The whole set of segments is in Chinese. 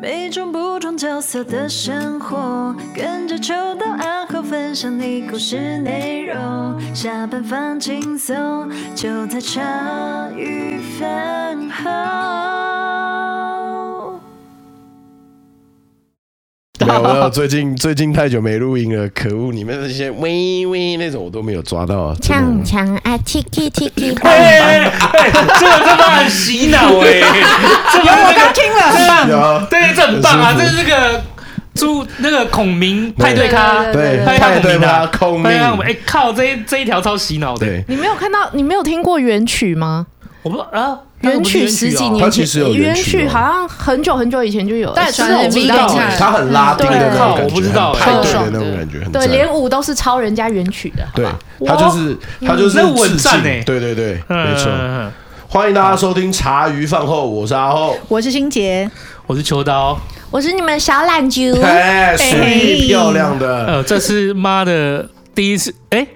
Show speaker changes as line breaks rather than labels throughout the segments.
每种不同角色的生活，跟着秋到暗号分享你故事内容。下班放轻松，就在茶余饭后。
没有没 有，最近最近太久没录音了，可恶！你们那些微微那种我都没有抓到啊，真的
唱唱啊，tiki tiki
哎哎哎，这个真的很洗脑 哎、这有我刚听
有啊
了，对，这很棒啊，
很
这
舒服
是那个朱那个孔明派对咖，
对啊
派
派对
对咖
咖孔明
派对咖孔明，哎靠，这一这一条超洗脑的，
对，
你没有看到，你没有听过原曲吗？
我不知道啊，那个
原
不是
曲十几
哦
年
它
前，
其实有原啊
原
曲哦
好像很久很久以前就有了，
但
是
是我不知道哎
它很拉丁的那种感觉，
我不知道
很派对
哎
的那种感觉，很
对，
赞
连舞都是抄人家原曲的。好
对
吧，
他就是他就是
嗯那我
致
很
敬
赞欸
对对对，没错。
嗯，
欢迎大家收听茶余饭后，我是阿后，
我是心杰，
我是秋刀，
我是你们小懒猪，
哎，水意漂亮的，
呃，这是妈的第一次，哎，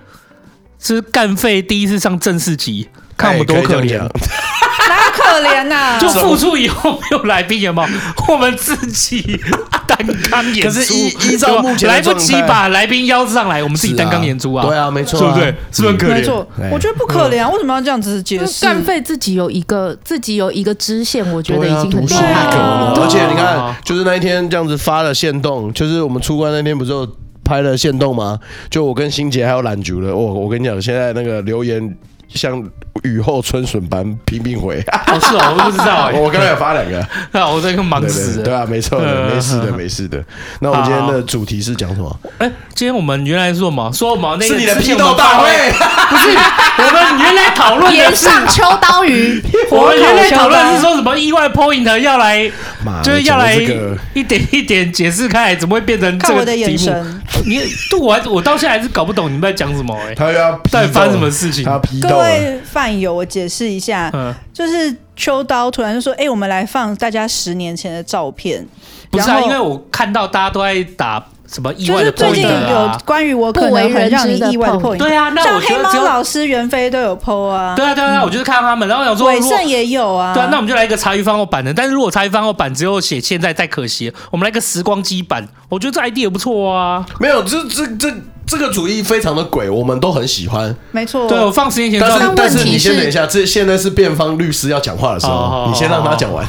是干废第一次上正式集，看我们多
哎可以这
怜
样。讲
哪有可怜呐、
就付出以后没有来宾有没有？ 我们自己单纲演出，
可是依依照目前的
来不及
状态
把来宾邀上来，我们自己单纲演出啊，
对啊，没错
对
啊，
不对？是不是很可
没
怜？嗯
错，我觉得不可怜啊，为什么要这样子解释？
干费自己有一个自己有一个支线，我觉得
对啊
已经
独
很厉
树
害
一格
了
嘛。
对啊
而且你看，就是那一天这样子发了线动，就是我们出关那天不是有拍了线动吗？就我跟欣杰还有懒竹的，我我跟你讲，现在那个留言像雨后春笋般频频 回。
哦，是哦，我不知 道哎，
我刚才有发两个，
啊，我这个忙
对
死
对对
了。
啊，没错
嗯
的，没事的，没事的。那我们今天的主题是讲什么？
哎，今天我们原来说嘛，说我们那个
是你的
之前
批
我
斗
们
大
发
会
挥，， 不是我们原来讨 论的
岩
是。
上秋刀鱼，
我
啊
们原来讨论是说什么意外 point 要来，
妈的
就是要来
啊讲到这个
一点 一点解释开来，怎么会变成这
看我
个
的眼
题目？
神，
你对我还我到现在还是搞不懂你们在讲什么哎、
他又要批斗
到底发生什么事情
他要批斗
各
了。
位饭友，我解释一下，
嗯，
就是秋刀突然就说：“哎、我们来放大家十年前的照片。”
不是啊，
然后
因为我看到大家都在打什么意
就
外
是
的
最近
point
有
啊，
关于我可能很让你意外的
不为
point，
对啊，那
像
我觉
黑
得只
猫
有
老师、袁飞都有 PO 啊，
对啊对啊，我就是看到他们，然后想说
伟
如果
盛也有啊，
对啊，那我们就来一个茶余饭后版的，但是如果茶余饭后版只有写现在太可惜了，我们来个时光机版，我觉得这 ID 也不错啊。
没有，这这这这个主意非常的鬼，我们都很喜欢。
没错，
对，我放十年前
但
照
是
片，
但是你先等一下，这现在是辩方律师要讲话的时
哦
候，你先让他讲完。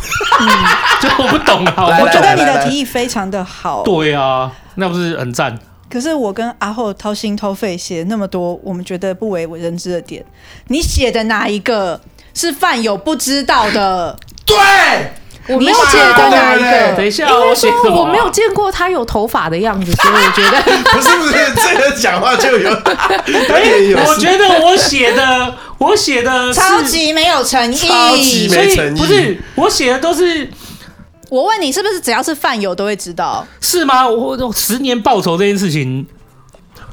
就我不懂啊，我
来
不
我觉
懂。
得你
来来
的提议非常的好，
对啊，那不是很赞？
可是我跟阿后掏心掏肺写那么多，我们觉得不为人知的点，你写的哪一个是饭友不知道的？
对，
我没有
妈
见过
对
哪一
对
等
个。
一下，
应该
我写什
说
么？
我没有见过他有头发的样子，所以我觉得
不是不是，这个讲话就有， 他也有，
哎我觉得我写的，我写的是
超级没有诚意！
超级
所
没
以
诚意
不是我写的都是
我问你，是不是只要是饭友都会知道？
是吗？我我十年报仇这件事情，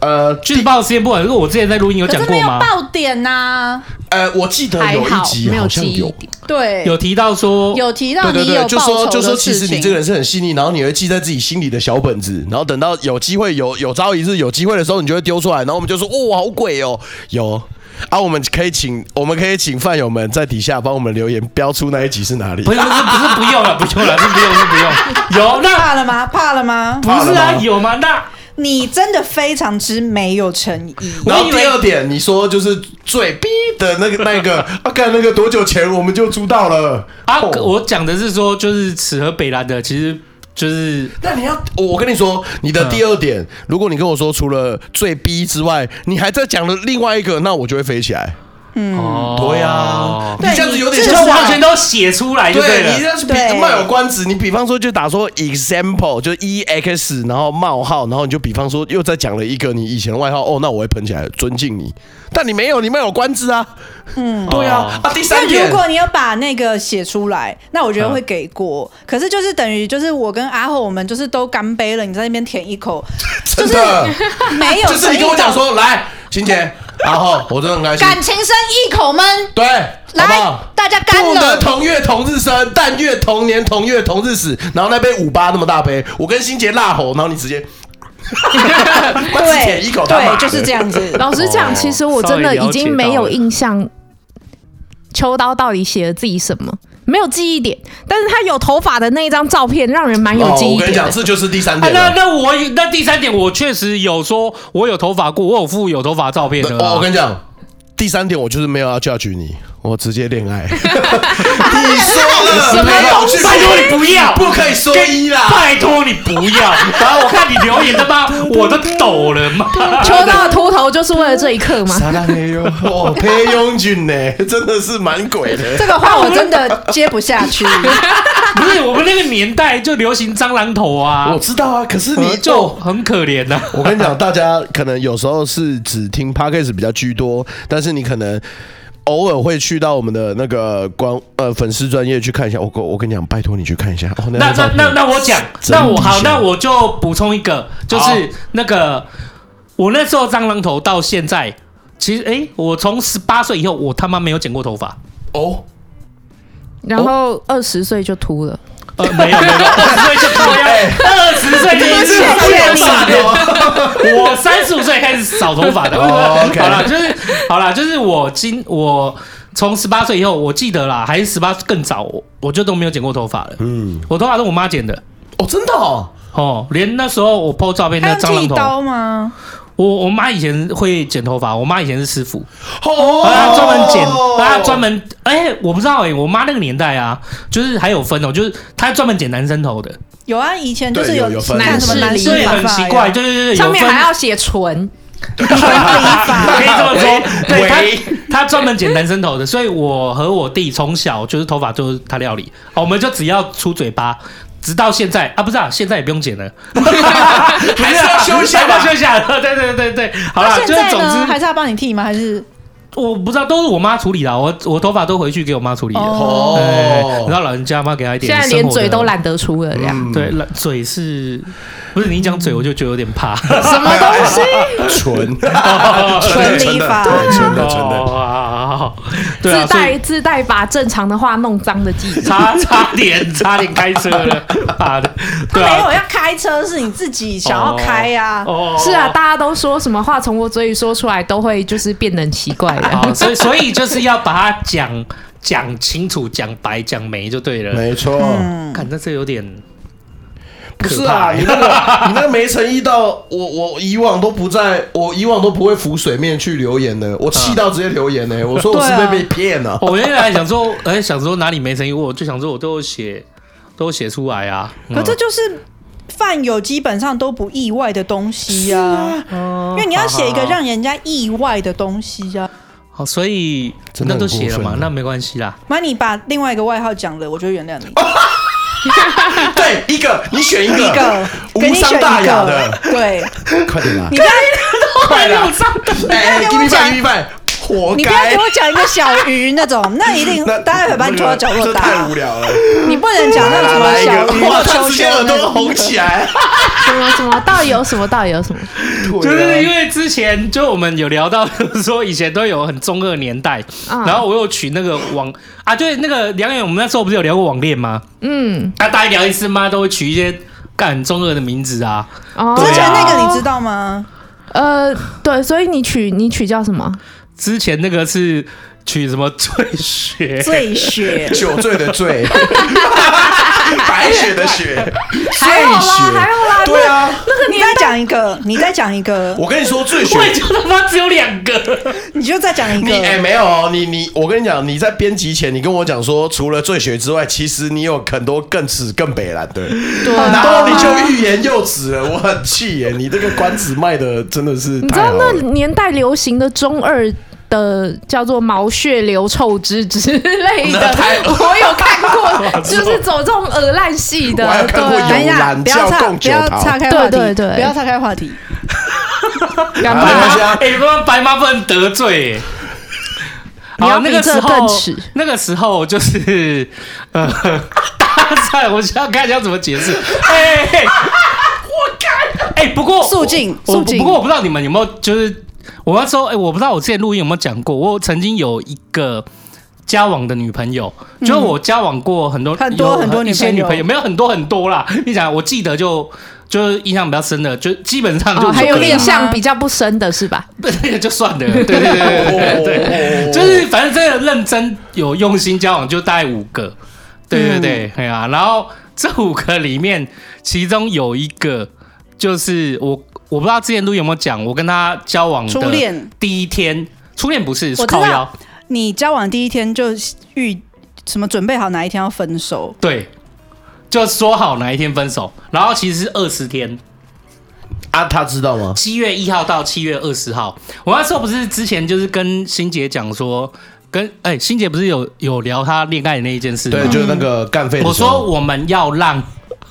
呃
就是报时间不晚，因为我之前在录音有
可
讲
是没
过
有欸
吗？
爆点呐、
呃，我记得
还
有一
好
集
没
好像
记忆
有。
点。
对，
有提到说，
有提到
对对
你有
对，就
报
说
仇
就说，
的
其实
事
你
情。
这个人是很细腻，然后你会记在自己心里的小本子，然后等到有机会有有朝一日有机会的时候，你就会丢出来，然后我们就说哦，好鬼哦，有啊，我们可以请我们可以请饭友们在底下帮我们留言标出那一集是哪里
不。是不是不是不用了，不用了，是不用是不用。有 那
哦怕了吗？怕了吗？
不是
怕
啊
了吗
有吗？那
你真的非常之没有诚意。
然后
我以为
第二点，你说就是最逼的那个那个，啊，看那个多久前我们就出道了
啊，
哦
我讲的是说，就是此和北兰的，其实就是
那你要，我我跟你说，你的第二点，如果你跟我说除了最逼之外，你还在讲了另外一个，那我就会飞起来。
哦，
对啊，你
对
这样子有点
就
你
像
是
至少
完全都写出来就
对，你
了。啊
这是比
对
冒有关子，你比方说就打说 example，就 e x，然后冒号，然后你就比方说又再讲了一个你以前的外号，哦，那我会喷起来，尊敬你。但你没有，你没有官字啊。嗯，对
哦
啊，啊，第三
那
点，嗯
如果你要把那个写出来，那我觉得会给过。可是就是等于就是我跟阿后我们就是都干杯了，你在那边舔一 口，
真的，
没有
就
诚意
是你跟我讲说，来，秦姐，然后我真的很开心，
感情深一口闷，
对，好不
来
好？
大家干
不能
了，
同月同日生，但月同年同月同日死。然后那杯五八那么大杯，我跟欣杰辣吼，然后你直 接，我只舔一口，他妈
对，
的
就是这。样 子。
老实讲，其实我真的已经没有印象，秋刀到底写了自己什么。没有记忆点，但是他有头发的那一张照片让人蛮有
哦，
记忆
我跟
点
你
的。
讲，这就是第三
啊，
点
那
了。
那我那第三点，我确实有说，我有头发过，我有附有头发照片的、
哦，
啊
我。跟你讲，第三点我就是没有要 judge 你，我直接恋爱。你 说了，
什么
没有
东
去
西
拜托你不要，
不可以说一啦。
拜托你不 要。然后我看你留言，他妈我都抖了嘛。
秋到的秃头就是为了这一刻 吗？
撒浪嘿哟， 哦，裴勇俊呢，真的是蛮鬼的。
这个话我真的接不下 去。
不是我们那个年代就流行蟑螂头啊
我，知道啊，可是你
你就很可怜啊呐、
我跟你讲，大家可能有时候是只听 podcast 比较居多，但是你可能偶尔会去到我们的那个官呃粉丝专业去看一下。我我我跟你讲，拜托你去看一下。哦，
那
那
那那那我讲，那我好，那
我
我就补充一个，就
好
是那个我那时候蟑螂头到现在，其实哎、诶我从十八岁以后，我他妈没有剪过头发。
哦，
然后二十岁就秃了，
呃，没有没 有，二十岁就脱呀，
哎
二十岁就一次
谢你。
我三十五岁开始扫头发的。
哦，OK
好啦，就是好啦，就是我今我从十八岁以后，我记得啦，还是十八更早，我我就都没有剪过头发了。
嗯，
我头发是我妈剪的
哦，真的哦，
哦，连那时候我 PO 照片
还
那
用
蟑螂
剃
头，
刀吗？
我我妈以前会剪头发，我妈以前是师傅，
哦，
她专门剪，
哦
她专门哎、我不知道哎、我妈那个年代啊，就是还有分哦，就是她专门剪男生头的，
有啊，以前就是
对
有
有有分
看什么
男
男
士
士
理
对，
理
很
发
奇
呀
怪，对对对，
上面
有分
还要写唇，
可以这么说，对
喂
他，他专门剪男生头的，所以我和我弟从小就是头发就是他料理，哦我们就只要出嘴巴。直到现在啊，不是啊，现在也不用剪了， 还
是要修一下吧
还是要修一下。对对对对，好
那
啦，
现
就是
在
总
呢，还
之，
是要帮你剃吗？还是
我不知道都是我妈处理的，啊我我头发都回去给我妈处理了。
哦？
哦，然
哦，
后老人家妈给她一点
现在
生活的，嗯
连嘴都懒得出了，这样。
对，懒嘴是，不是你一讲嘴我就觉得有点怕。
什么东西？纯，
纯理发
对纯的纯的。
哦， 对啊，
自
所以
带自带把正常的话弄脏的技巧。
差差点差点开车了， 妈的，对
没
啊，
有要开车，是你自己想要开呀。
哦
是啊，。大家都说什么话从我嘴里说出来都会就是变得很奇怪的。
好，所以所以就是要把它讲讲清楚、讲白、讲没就对了。
没错，
嗯
嗯
看，那这有点
不是
可怕
啊，你那个 你那个没诚意到我我以往都不在，我以往都不会浮水面去留言的，我气到直接留言呢、我说我是
对
被
啊
被骗了、
我原来想说，哎、想说哪里没诚意，我就想说我都有写，都有写出来啊。
嗯
可这就是饭友基本上都不意外的东西呀、
啊
因
哦
为你要写一个让人家意外的东西呀、
好，所以
真的很
那都写了
过
嘛，
分啊
那没关系啦。
妈，你把另外一个外号讲了，我就原谅你。
哦 对，一个你选一个，
啊一个，给
无
你选
伤
一
大雅
个
的，，
对，
快点啦
你，不要
快啦！哎，give me five，give me five，活
你不要
该
给。我讲一个小鱼那 种，那一定大家会把你拖到角落啊
这
打
太。无聊了。
你不能讲
来
那种什么
来一
小鱼
个，哇，他
秋
直
秋
接耳
那
朵
种
红起来。
什么什么道理有什么道理有什么？
就是因为之前就我们有聊到，就是说以前都有很中二年代，
嗯
然后我有取那个网啊，对，那个梁远，我们那时候不是有聊过网恋吗？
嗯，
那大一聊一次妈都会取一些干很中二的名字啊，
哦
对啊
之前那个你知道 吗？
呃，对，所以你取你取叫什么？
之前那个是取什么醉雪，
醉雪，
酒醉的醉，白雪的雪，
还有啦，
雪
还有啦，
对啊，
你再讲一个，你再讲一个，
我跟你说，最雪
我也就 他妈只有两个，
你就再讲一
你哎、
个。
没有哦，你你我跟你讲，你在编辑前，你跟我讲说，除了醉雪之外，其实你有很多更耻更北蓝的，对，啊
哦
哎然后你就欲言又止了，我很气耶！你这个关子卖的真的是
你知
太
道
好
那
了。
年代流行的中二的叫做毛血流臭汁之类的，我有看过，就是走这种恶烂系的
我还有，看过
对，啊
等一下，
懒
哎不要
叫
岔，
共
不
九
要
桃
岔开话
对
题，
对对
不要岔开话题。
干
没关
嘛？
系啊
哎，他妈白妈不能得罪、欸。
你要
好那个
比这
时候
更耻，
那个时候就是，呃， 大赛，我想想看要怎么解释。哎、 欸，我靠！哎、不过
肃静
我
肃静
不过我不知道你们有没有，就是我要说，哎、我不知道我之前录音有没有讲过，我曾经有一个交往的女朋友，就是我交往过很多
嗯很多
有
很多女
一些
朋
女
友
朋友，没有很多很多啦。你想，我记得就。就是印象比较深的，就基本上就、
哦，还有印
恋
象比较不深的是吧？
那个就算了， 对对对对对对，就是反正真的认真有用心交往就大概五个，对对
嗯
对，哎呀、然后这五个里面，其中有一个就是我，我不知道之前都有没有讲，我跟他交往的
初恋
第一天，初恋不是
知
是
道
靠腰，
你交往第一天就预什么准备好哪一天要分手，
对，就说好哪一天分手，然后其实是二十天，
啊，他知道吗？
七月一号到七月二十号。我那时候不是之前就是跟欣姐讲说，跟哎欣姐不是有有聊她恋爱的那一件事吗？
对，就是那个干废的
我
时候。
说我们要让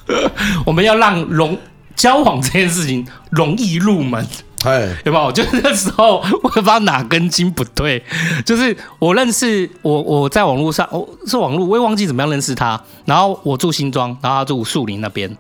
我们要让容交往这件事情容易入门，
哎，
有没有？就是那时候我也不知道哪根筋不对，就是我认识我我在网络上，哦是网络，我也忘记怎么样认识他。然后我住新庄，然后他住树林那边。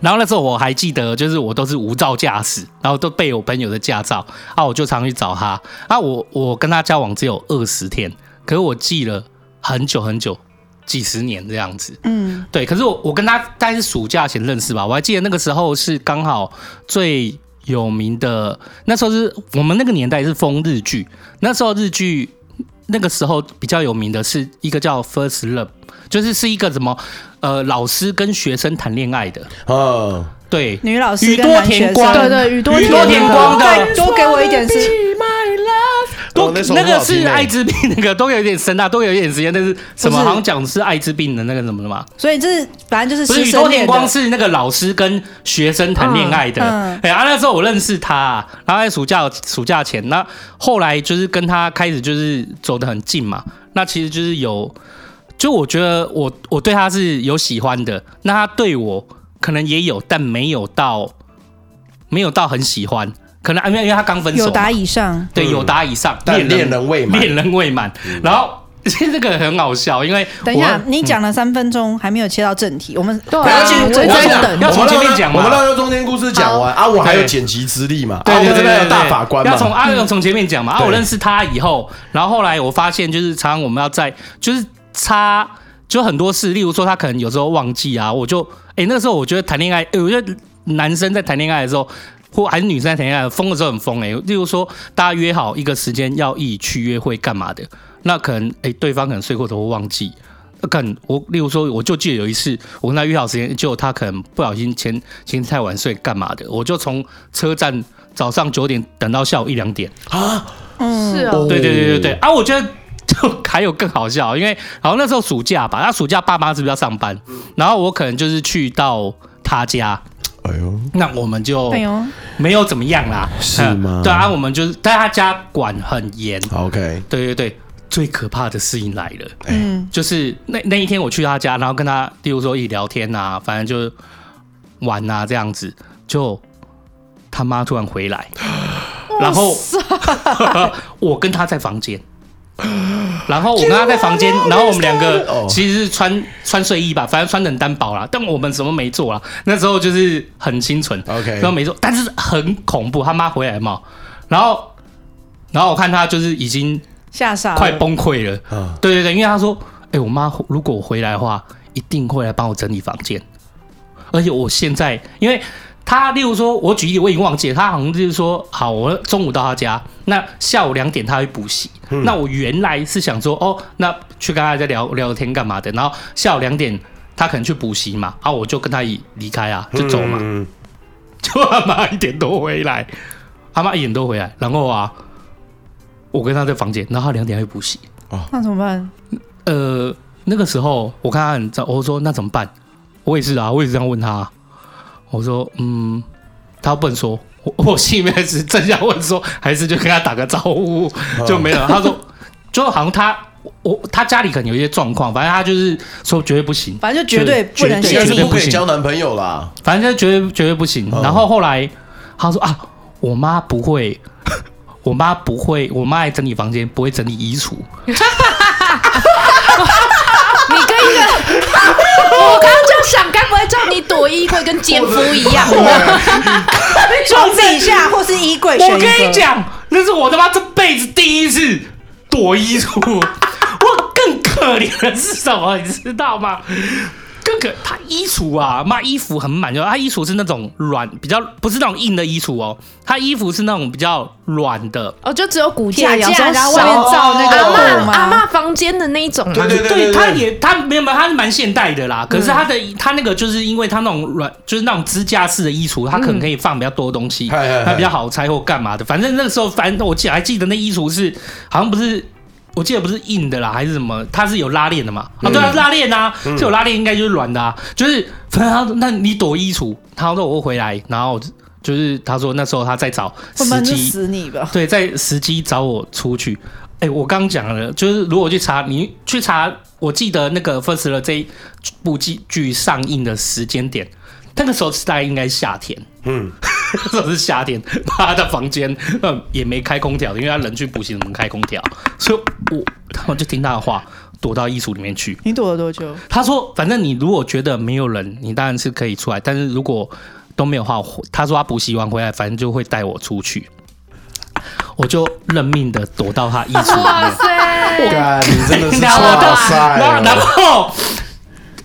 然后那时候我还记得，就是我都是无照驾驶，然后都被我朋友的驾照啊，我就常去找他啊。我我跟他交往只有二十天，可是我记了很久很久，几十年这样子。
嗯，
对，可是我我跟他大概是暑假前认识吧，我还记得那个时候是刚好最有名的，那时候是我们那个年代是封日剧，那时候日剧那个时候比较有名的是一个叫《First Love》，就是是一个什么呃老师跟学生谈恋爱的，
嗯，
对，
女老师
宇
跟
多
男学
田
生
光，
对对宇多
宇多
田
田光
光
的
再多给我一点时，
多
哦那首
那
很
个
好听
是
欸
艾滋病，那个都有一点深大，都有一点时间，但是什么
不是
好像讲是艾滋病的那个什么的嘛，
所以这是反正就
不
是
是宇
师
多
生
田
恋
光
的。
是那个老师跟学生谈恋爱的，
嗯嗯
哎、啊，那时候我认识他，啊然后在暑假暑假前，那后来就是跟他开始就是走得很近嘛，那其实就是有，就我觉得我我对他是有喜欢的，那他对我可能也有，但没有到没有到很喜欢，可能因为因为他刚分手
有
嘛，
答以上，
对
嗯
有答以上，
但恋人未满嗯
恋人未满，然后 这个很好笑，因为
等一下
我，嗯
你讲了三分钟还没有切到正题，我们
对
回
啊
去
我
我
也
们
在
让
等
要从前面讲嘛
我们让他中间故事讲完啊，我还有剪辑资历嘛，啊，
对
我
对
们这
对对
边
对，
有大法官
要从
嘛，
阿要从前面讲嘛。啊，
对
我认识他以后，然后后来我发现，就是常常我们要在就是差就很多事，例如说他可能有时候忘记啊，我就哎、那个时候我觉得谈恋爱、哎我觉得男生在谈恋爱的时候。或还是女生在谈恋爱，疯的时候很疯哎、例如说，大家约好一个时间要一起去约会干嘛的，那可能哎、对方可能睡过头或忘记，那可能我例如说，我就记得有一次，我跟他约好时间，结果他可能不小心前前太晚睡干嘛的，我就从车站早上九点等到下午一两点。
嗯
是
哦
哦，
对对对对对啊！我觉得就 还有更好笑，因为好像那时候暑假吧，他暑假爸妈是不是要上班？
嗯
然后我可能就是去到他家，
哎呦，
那我们就
哎呦，
没有怎么样啦，
是吗
嗯对啊，我们就是但他家管很严，
好 OK，
对对对，最可怕的事情来了。
哎
嗯，
就是那那一天我去他家，然后跟他，例如说一起聊天啊，反正就是玩啊这样子，就他妈突然回来，然后 我跟他在房间，然后我跟他在房间，然后我们两个
哦
其实是穿穿睡衣吧，反正穿得很单薄啦，但我们什么没做啦，那时候就是很清纯
OK
然后没做，但是很恐怖，他妈回来嘛，然后然后我看他就是已经
吓傻了，
快崩溃了。
啊，
对对对，因为他说，哎、我妈如果我回来的话，一定会来帮我整理房间。而且我现在，因为他，例如说，我举例，我已经忘记了，他好像就是说，好，我中午到他家，那下午两点他会补习。
嗯
那我原来是想说，哦，那去跟他在聊聊天干嘛的，然后下午两点他可能去补习嘛，啊，我就跟他一离开啊，就走嘛。
嗯，
就他妈一点多回来，他妈一点多回来，然后啊，我跟他在房间，然后他两点还补习。
那怎么办？
呃，那个时候我看他很糟，我说那怎么办？我也是啊，我也是这样问他啊、我说嗯，他不能说，我我心里面是正想问说，还是就跟他打个招呼就没了。他说，就好像他我他家里可能有一些状况，反正他就是说绝对不行，
反正就绝对不能
对
应
写
该
绝
是
对
不
不
可以
行
交男朋友啦，
反正就绝对绝对不行。
哦
然后后来他说啊，我妈不会，我妈不会，我妈爱整理房间，不会整理衣橱。
你跟一个，我刚刚就想，该不会叫你躲衣柜跟奸夫一 样？
床底下或是衣柜选一个，
我跟你讲，那是我他妈这辈子第一次 躲衣橱。我更可怜的是什么，你知道吗？更可他衣橱啊，妈衣服很满，就他衣橱是那种软，比较不是那种硬的衣橱哦，他衣服是那种比较软的，
哦，就只有骨架，有
铁
时
架
候
然
少
后外面罩那个
阿
布
嬷
吗
阿嬷房间的那一种，啊
对对嗯对，
他也他没有没有，他是蛮现代的啦。可是他的、他那个就是因为他那种软，就是那种支架式的衣橱，他可能可以放比较多东西，
嗨嗨嗨
它比较好拆或干嘛的。反正那个时候，反正我记得还记得那衣橱是好像不是。我记得不是硬的啦，还是什么？它是有拉链的嘛？
嗯
啊，对啊，是拉链啊，是有拉链，应该就是软的啊。就是反正他说那你躲衣橱，他说我会回来，然后就是他说那时候他在找
我们
司
就
机，
死你吧！
对，在时机找我出去。哎、我刚讲了，就是如果去查，你去查，我记得那个《First Love》这一部剧剧上映的时间点，那个时候是大概应该是夏天，
嗯，
那时候是夏天，他的房间嗯也没开空调的，因为他人去补习怎么开空调，所以我他们就听他的话，躲到衣橱里面去。
你躲了多久？
他说，反正你如果觉得没有人，你当然是可以出来，但是如果都没有的话，我他说他补习完回来，反正就会带我出去。我就认命的躲到他衣橱里面，
塞
干，你真的是
然后我
哇
就然
啊
后然
塞！
后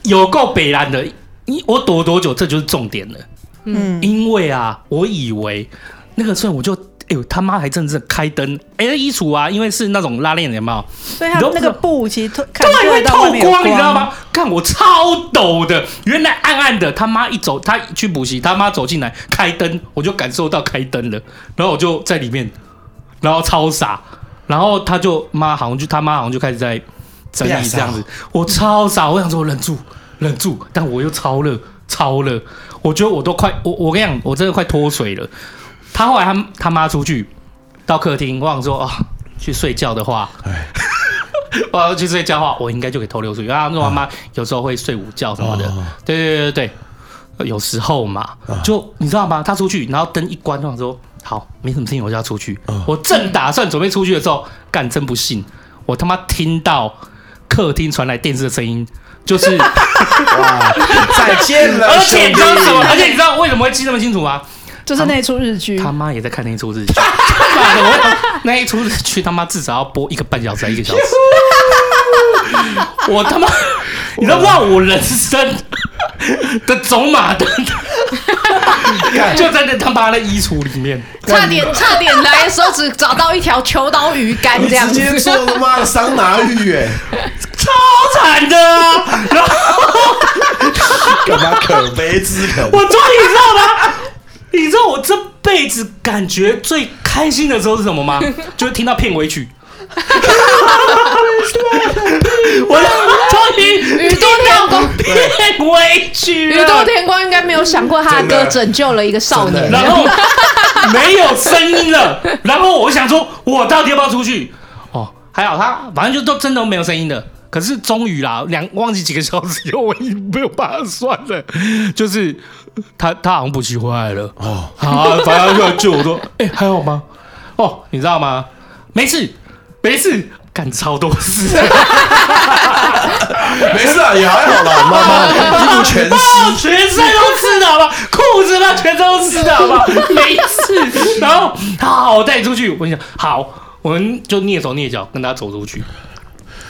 有够北蓝的，你我躲多久？这就是重点了。
嗯，
因为啊，我以为那个时候我就，哎呦他妈还真是开灯，哎、那衣橱啊，因为是那种拉链的，有没有？
所以它
你都不
那
知道
个布其实透看
对，
不
会
到
透
外面有啊
光，你知道吗？？看我超抖的，原来暗暗的，他妈一走，他去补习，他妈走进来开灯，我就感受到开灯了，然后我就在里面，然后超傻，然后他就妈好像就他妈好像就开始在整理这样 子，我超傻，我想说我忍住忍住，但我又超热超热，我觉得我都快我我跟你讲，我真的快脱水了。他后来他他妈出去到客厅，我想说啊、去睡觉的话， 我要去睡觉的话，我应该就可以偷溜出去。因为他说他妈有时候会睡午觉什么的，对对对对对，有时候嘛，就你知道吗？他出去，然后灯一关，我想说好，没什么事情，我就要出去。我正打算准备出去的时候，干真不信，我他妈听到客厅传来电视的声音，就是。
再见了，
而且你知道
兄弟
什么？而且你知道为什么会记那么清楚吗？
就是那出日剧，
他妈也在看那一出日剧，妈的，我想嗯 那一出日剧他妈至少要播一个半小时，一 个小时。我他妈，你知道哇，我人生的走马灯就在那他妈的衣橱里面，
差点差点来的时候只找到一条秋刀鱼竿
你
这样
直接
子，
做他妈的桑拿浴 哎，
超惨的啊！然后
干嘛可悲之人？
我终于知道了，你知道我这辈子感觉最开心的时候是什么 吗？就是听到片尾 曲。我终于
宇多田光，
片尾曲
宇多
了，
田光应该没有想过他的
真
歌
的
拯救了一个少
真
年
的。
然后没有声音了，然后我想说，我到底要不要出去？哦，还好他反正就都真的没有声音了。可是终于啦，两忘记几个小时以后，我已经没有办法算了，就是他他好像补习回来了。
哦，
啊，反正就救我说，哎、还好吗？哦，你知道吗？没事，没事，干超多事，
没事啊，也还好 啦，妈妈一股全
哦，全身都湿的好吧，裤子那全身都湿的好 吧，没事。然后好，我带你出去，我想好，我们就蹑手蹑脚跟他走出去。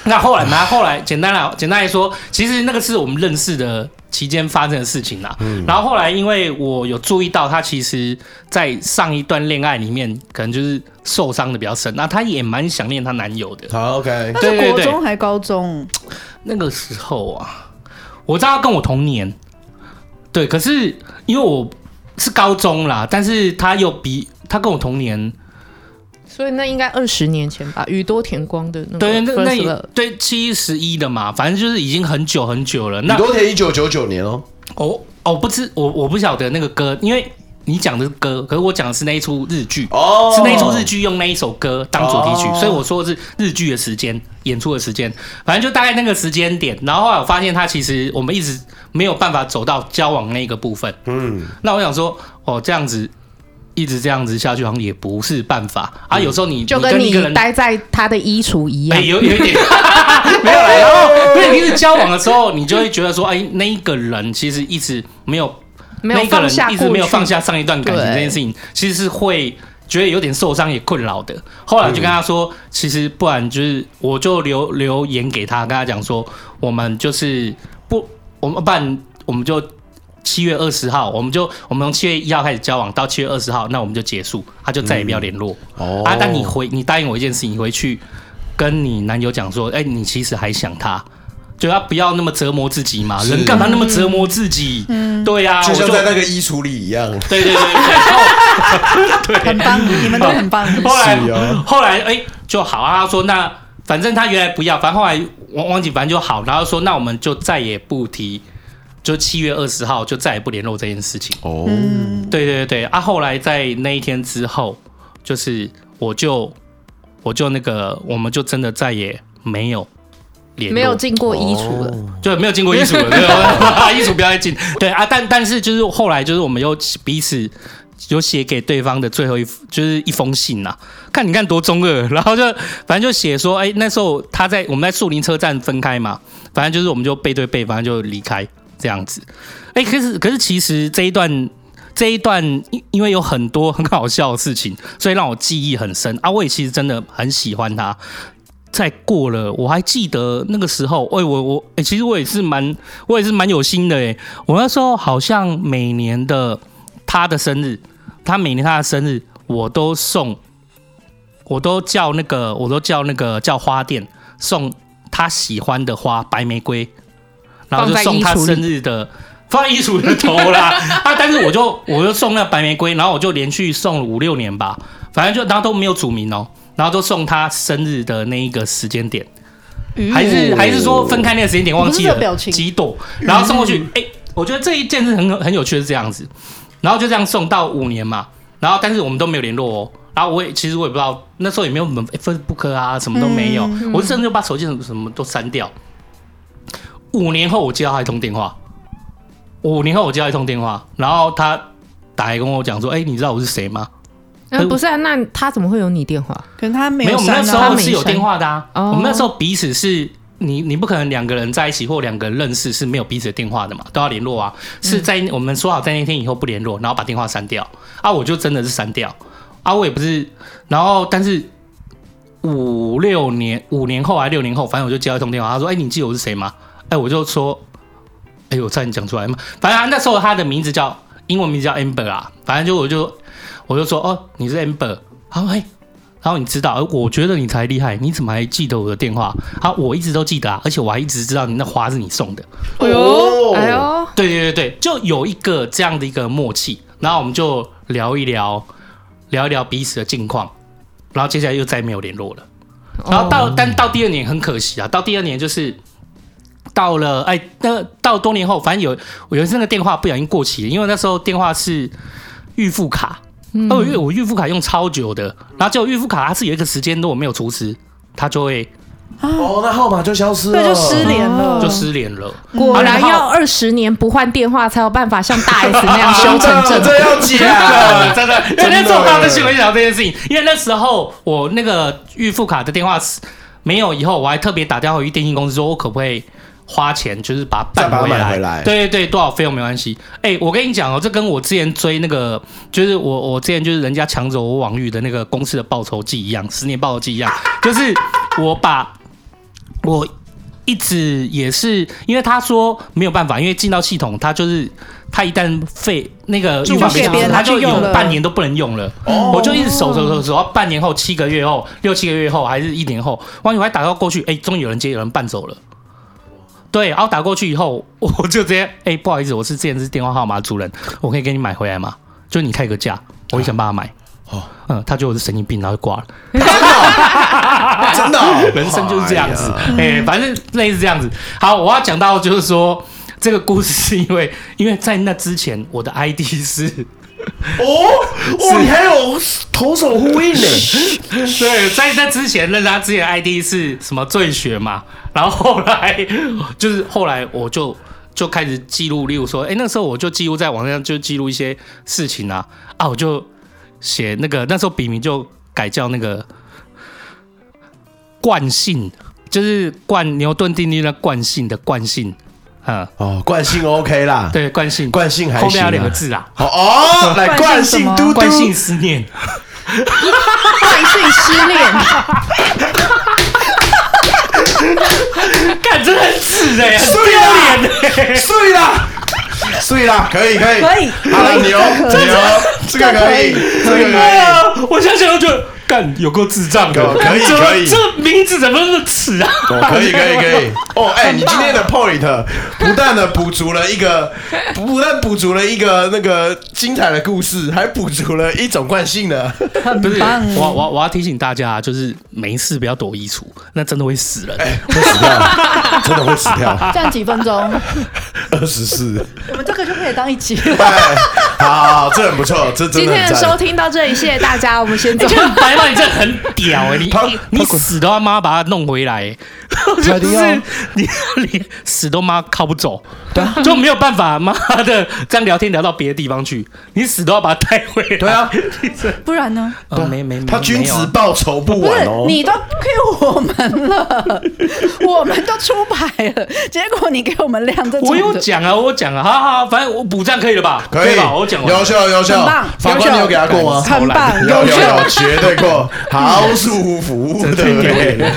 那后来呢？后来简单来简单来说，其实那个是我们认识的期间发生的事情啦。然后后来因为我有注意到他，其实在上一段恋爱里面，可能就是受伤的比较深。那她也蛮想念她男友的。
好 OK，
是
对对
国
对，
中还高中，
那个时候啊，我知道他跟我同年，对，可是因为我是高中啦，但是他又比他跟我同年，
所以那应该二十年前吧，宇多田光的那个
对，那那
First
也
Love
对七十一的嘛，反正就是已经很久很久了。
你
那
多填一九九九年哦，
哦哦，不知我我不晓得那个歌，因为你讲的是歌，可是我讲的是那一出日剧。
哦，
是那一出日剧用那一首歌当主题曲，
哦
所以我说的是日剧的时间演出的时间，反正就大概那个时间点。然后后来我发现他其实我们一直没有办法走到交往那个部分。
嗯，
那我想说，哦，这样子一直这样子下去好像也不是办法啊。有时候你
就
跟
跟
一个人
你待在他的衣橱一
哎、
样，
有有一点 没有啦。哦然后，因为你一直交往的时候，你就会觉得说，哎、那一个人其实一直没有
没
那
有
一个
放
人
下
一
过
直
去，
没有放下上一段感情
对
这件事情，其实是会觉得有点受伤也困扰的。后来我就
嗯
跟他说，其实不然就是我就留留言给他，跟他讲说，我们就是不我们不然我们就七月二十号，我们就我们从七月一号开始交往到七月二十号，那我们就结束，他就再也不要联络。
哦
啊，但你回你答应我一件事，你回去跟你男友讲说，哎、你其实还想他。就要不要那么折磨自己嘛？
是
人干嘛那么折磨自己？
嗯
对呀、啊，
就像
我
在那个衣橱里一样，
对对对对对，
很 棒，你们都很棒。
后来
是哦
后来哎、就好啊，他说那反正他原来不要，反正后来王王景凡就好，然后说那我们就再也不提，就七月二十号就再也不联络这件事情。
哦，
对对对对啊！后来在那一天之后，就是我就我就那个，我们就真的再也没有联络，
没有进过衣橱了。
就没有进过艺术 了，对，艺术不要再进。对啊，但但是就是后来就是我们又彼此有写给对方的最后一就是一封信呐、啊看你看多中二，然后就反正就写说，哎、那时候他在我们在树林车站分开嘛，反正就是我们就背对背，反正就离开这样子。哎、可是可是其实这一段。这一段因因为有很多很好笑的事情，所以让我记忆很深啊！我也其实真的很喜欢他，再过了，我还记得那个时候，哎、我我哎、其实我也是蛮，我也是蛮有心的哎、我那时候好像每年的他的生日，他每年他的生日，我都送，我都叫那个，我都叫那个叫花店送他喜欢的花，白玫瑰，然后就送他生日的。放在衣橱的头啦， 啊！但是我就我就送那白玫瑰，然后我就连续送了五六年吧，反正就然后都没有署名哦，然后都送他生日的那一个时间点，还是还是说分开那个时间点忘记
嗯我不是这个表
了
情嗯
几朵，然后送过去。哎、我觉得这一件事很很有趣，是这样子，然后就这样送到五年嘛，然后但是我们都没有联络哦。然后我也其实我也不知道，那时候也没有什么 Facebook 啊，什么都没有，
嗯
我甚至就把手机什么什么都删掉。五年后我接到他一通电话，五年后我接到一通电话，然后他打来跟我讲说：“哎、你知道我是谁吗？”哦
嗯，不是啊，那他怎么会有你电话？
可能他没
没有，
有
我们那
删
时
啊，
候是有电话的啊。
哦
我们那时候彼此是你，你不可能两个人在一起或两个人认识是没有彼此的电话的嘛，都要联络啊。
嗯
是在、我们说好在那天以后不联络，然后把电话删掉啊，我就真的是删掉啊，我也不是，然后但是。五六年，五年后还是六年后，反正我就接到一通电话，他说：“哎、你记得我是谁吗？”哎、我就说：“哎、我差点讲出来嘛。”反正他那时候他的名字叫英文名字叫 Amber 啊，反正就我就我就说：“哦，你是 Amber。”他说：“哎、然后你知道，呃我觉得你才厉害，你怎么还记得我的电话？啊，我一直都记得啊，而且我还一直知道你那花是你送的。
哎呦，哎呦，
对对对对，就有一个这样的一个默契，然后我们就聊一聊，聊一聊彼此的近况，然后接下来又再没有联络了。然后到、但到第二年很可惜啊，到第二年就是到了哎，那到多年后，反正有我有一次那个电话不小心过期了，因为那时候电话是预付卡，哦，因为我预付卡用超久的，然后结果预付卡它是有一个时间如果没有出值，它就会
哦，那号码就消失了，
对，就失联了，
就失联了。
果
啊
然
后
要二十年不换电话才有办法像大 S 那
啊
样修
啊
哦
真
成
的
正果。
这要啊讲，
真的， 因为哎那时候他们喜欢讲这件事情，因为那时候我那个预付卡的电话是没有，以后我还特别打电话回去电信公司说，我可不可以花钱就是把它
再把
办
它买
回来？
回来
对对对，多少费用没关系。哎、我跟你讲哦，这跟我之前追那个，就是我我之前就是人家抢走我网域的那个公司的报酬季一样，十年报酬季一样，就是我把我一直也是，因为他说没有办法，因为进到系统，他就是他一旦废那个
就
预防
给
被
别人
他
拿
就
去用
有
了哦
半年都不能用了。我就一直守守守守，到半年后、七个月后、六七个月后，还是一年后，万一我还打到过去，哎、终于有人接，有人办走了。对，然后打过去以后， 我就直接，哎、不好意思，我是之前是电话号码主人，我可以给你买回来吗？就你开个价，我也想帮他买。
哦
哦，嗯，他觉得我是神经病，然后就挂了。
真的哦，
啊 人生就是这样子，
啊
哎、反正类似这样子。好，我要讲到就是说，这个故事是因为，因为在那之前，我的 ID 是，
哦，哦，你还有投手呼应呢，
对，在那之前认识他之前的 ID 是什么醉雪嘛，然后后来就是后来我就。就开始记录，例如说，哎、那时候我就记录在网上，就记录一些事情啊，啊，我就写那个那时候笔名就改叫那个惯性，就是惯牛顿定律的惯性的惯性，嗯，
哦，惯性 OK 啦，
对，惯性，
惯性还行啊
后面还有两个字啦，
好哦，来惯
惯性什
性
么
嘟嘟，
惯性思念。
惯性失恋，
干，真的很耻哎、很
碎啦碎啦，碎啦，
可以可以
可以
好了，
可以
牛
这
牛，这个可以，这个可
对
以。
啊，我想想我就觉得干有够智障的，
可以
怎么
可以
这名字怎么那么耻啊？
哦，可以可以可 以哦，哎、你今天的 point 不但呢补足了一个， 不但补足了一个那个精彩的故事， 还补足了一种惯性呢。
不是，
棒
我我我要提醒大家，啊就是没事不要躲衣橱，那真的会死人。
哎会死 掉，真的会死掉，
这样几分钟，
二十四。
我们这个就可以当一集 了。
哎，好，这很不错，这真
今
的
天
很
的收
赞。
听到这里，谢谢大家，我们先走
你。 这很白吧？你这很屌哎、你
他
你你死都要妈把它弄回来、 欸，就是你你死都妈靠不走，
啊
就没有办法妈的这样聊天聊到别的地方去，你死都要把它带回来。
对啊，
不然呢？
呃，没没没，
他君
没有啊
子报仇不
不
晚
是
哦。
你都 Q 我们了， 我们都出牌了，结果你给我们亮这种的，
我有讲啊，我有讲啊，好好，反正我补账可以了吧？
可以
对吧？我讲，完了
优秀优秀
很棒，
法
优秀
官你有给他过吗？
很棒，
有
有
有
趣。
有，绝对过，好舒服的脸，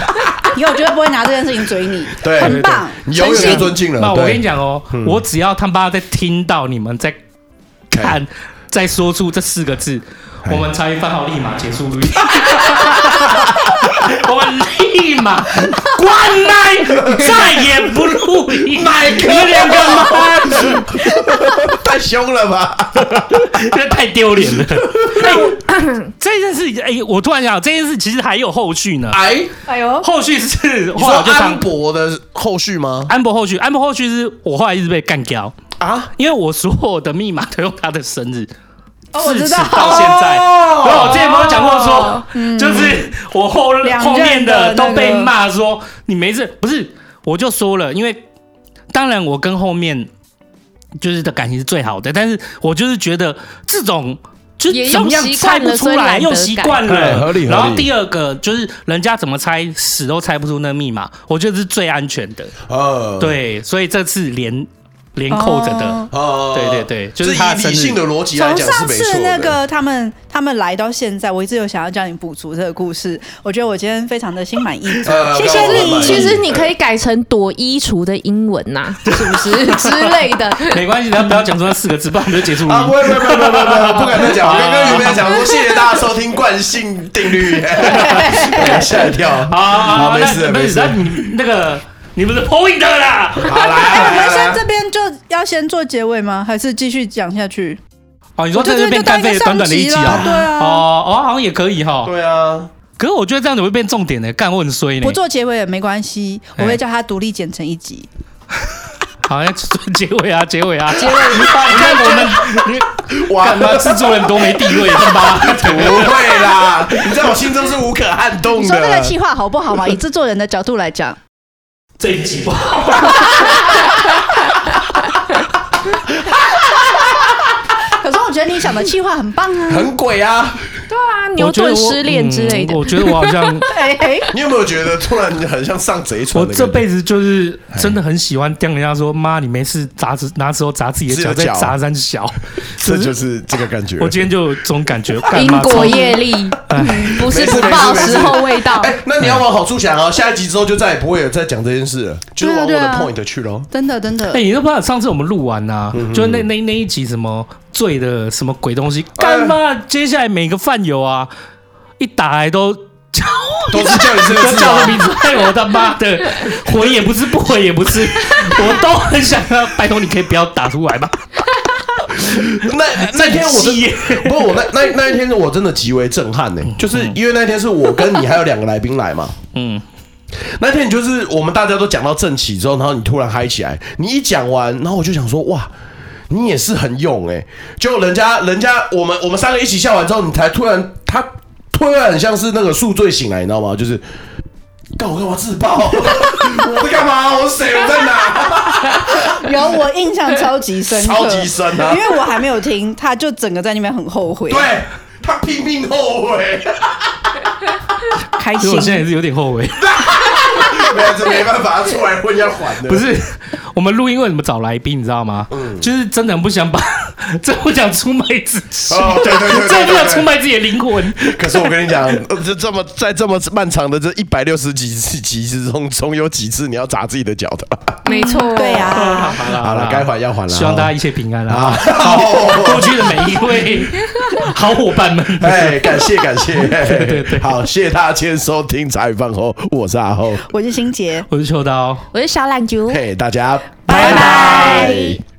以后绝对不会拿这件事情嘴你，
对，
很棒，
你永远都
诚信
尊敬了。
那我
呃对嗯
跟你，讲哦，我只要他妈在听到你们在看，
哎
再说出这四个字，我们茶余饭后立马结束录音， 我们立马关麦，再也不录音。麦克，你们两个妈，
太凶了吧？
这太丢脸了。 哎这件事，哎，我突然想，到，这件事其实还有后续呢。
哎，
哎呦，
后续是
你
后来
说
我就
安
常
博的后续吗？
安博后续，安博后续是我后来一直被干掉。
啊，
因为我所有的密码都用他的生日，
哦我
至
知
此
道嗯
到现在。
哦
然后我之前不是讲过说，就是我后
两任的
后面的
那
都
个
被骂说你没事，不是我就说了，因为当然我跟后面就是的感情是最好的，但是我就是觉得这种。就
也
是怎
用
么样
习惯
猜不
了
出
所以
来，
懒得
用习惯了，
改合理合理
然后第二个就是人家怎么猜死都猜不出那密码，我觉得是最安全的。
呃，
对，所以这次连连扣着的。
哦
呃，
对对对就是
以
他的生
理
日
性的逻辑来
从
讲是
上
没错
次
的
那个他们他们来到现在，我一直有想要叫你补足这个故事，我觉得我今天非常的心满意足，
呃
谢
刚
谢
好我们
你。
其实你可以改成躲衣橱的英文呐、是不是之类的？
没关系，他不要讲出那四个字，不然我们就结束
啊，
了
不。会不会不会不会不会，不敢再讲。我刚刚有没有讲说谢谢大家收听惯性定律？吓一跳。
好好好，好
没
啊那
事
不
没
是
事
那。你那个你不是 point 啦？
好来
哎，我
来
们
来
现在
来
这，边就要先做结尾吗？还是继续讲下去？
哦，你说这就变干废短短的一集
我就觉得
啊？
就当一个上集啦对啊
哦哦，好像也可以哈。
对啊，
可是我觉得这样子会变重点的，干问衰呢
不。做结尾也没关系，我
哎
会叫它独立剪成一集。
好，像做结尾啊，结尾啊，结尾。你看我们，你
哇
干，嘛制作人多没地位，他妈
不会啦，你在我心中是无可撼动
你说这个
的。
计划好不好嘛？以制作人的角度来讲，
这一集不好。
可是我觉得你想的计划很棒啊。
很鬼啊！
啊，
我
牛
觉得
顿
我
失恋之类的
嗯。我觉得我好像，
哎 哎，
你有没有觉得突然很像上贼船
我
的感觉？
这辈子就是真的很喜欢盯人家说，妈，你没事砸自拿石头哎砸自己的脚，
自己的脚
再砸三小。
这就是这个感觉。
我今天就有这种感嗯 觉，干
因
嘛
果
从
业力，不是不报，
没事没事没事
时候未
哦
到。
哎，那你要往好处想哦，下一集之后就再也不会有再讲这件事了，就是往我
对
的
啊对啊
point 去喽。
真的真的
哎、，你都不知道上次我们录完呐、就是那那那一集什么醉的什么鬼东西，干嘛？接下来每个饭友啊，一打来都叫
都是叫你这个
都
字啊
叫我
吗？
名字，哎，我他妈的回也不是，不回也不是，我都很想要，拜托你可以不要打出来吧。
那那天我真
气耶
不过我那那那一天我真的极为震撼呢、就是因为那天是我跟你还有两个来宾来嘛，
嗯，
那天你就是我们大家都讲到正起之后，然后你突然嗨起来，你一讲完，然后我就想说哇。你也是很勇哎、结果人家人家我们我们三个一起笑完之后，你才突然他突然很像是那个宿醉醒来，你知道吗？就是干我干嘛自爆？ 我在干嘛？我是谁？我在哪？
有我印象超级深刻，
超级深啊
因为我还没有听，他就整个在那边很后悔，
对，他拼命后悔。
开
所以
心
我现在也是有点后悔，
没有，这没办法，出来混要还的。
不是，我们录音为什么找来宾，你知道吗？就是真的很不想把， 真的不想出卖自己，
哦，对对 对
真
对
的不想
对
出
对。
卖自己的灵魂。
可是我跟你讲，呃这这么在这么漫长的这一百六十几次集之中，总有几次你要砸自己的脚的。
没错，
对啊，
好了
好了，该还要还了。
希望大家
哦
一切平安啊！
啊，
过去的每一 位好伙伴们，
哎，感谢感谢，对
对对
好，谢谢大家今天收听茶余饭后，我是阿后，
我是心杰。
我是秋刀。
我是小懒猪。
嘿，大家
拜拜
拜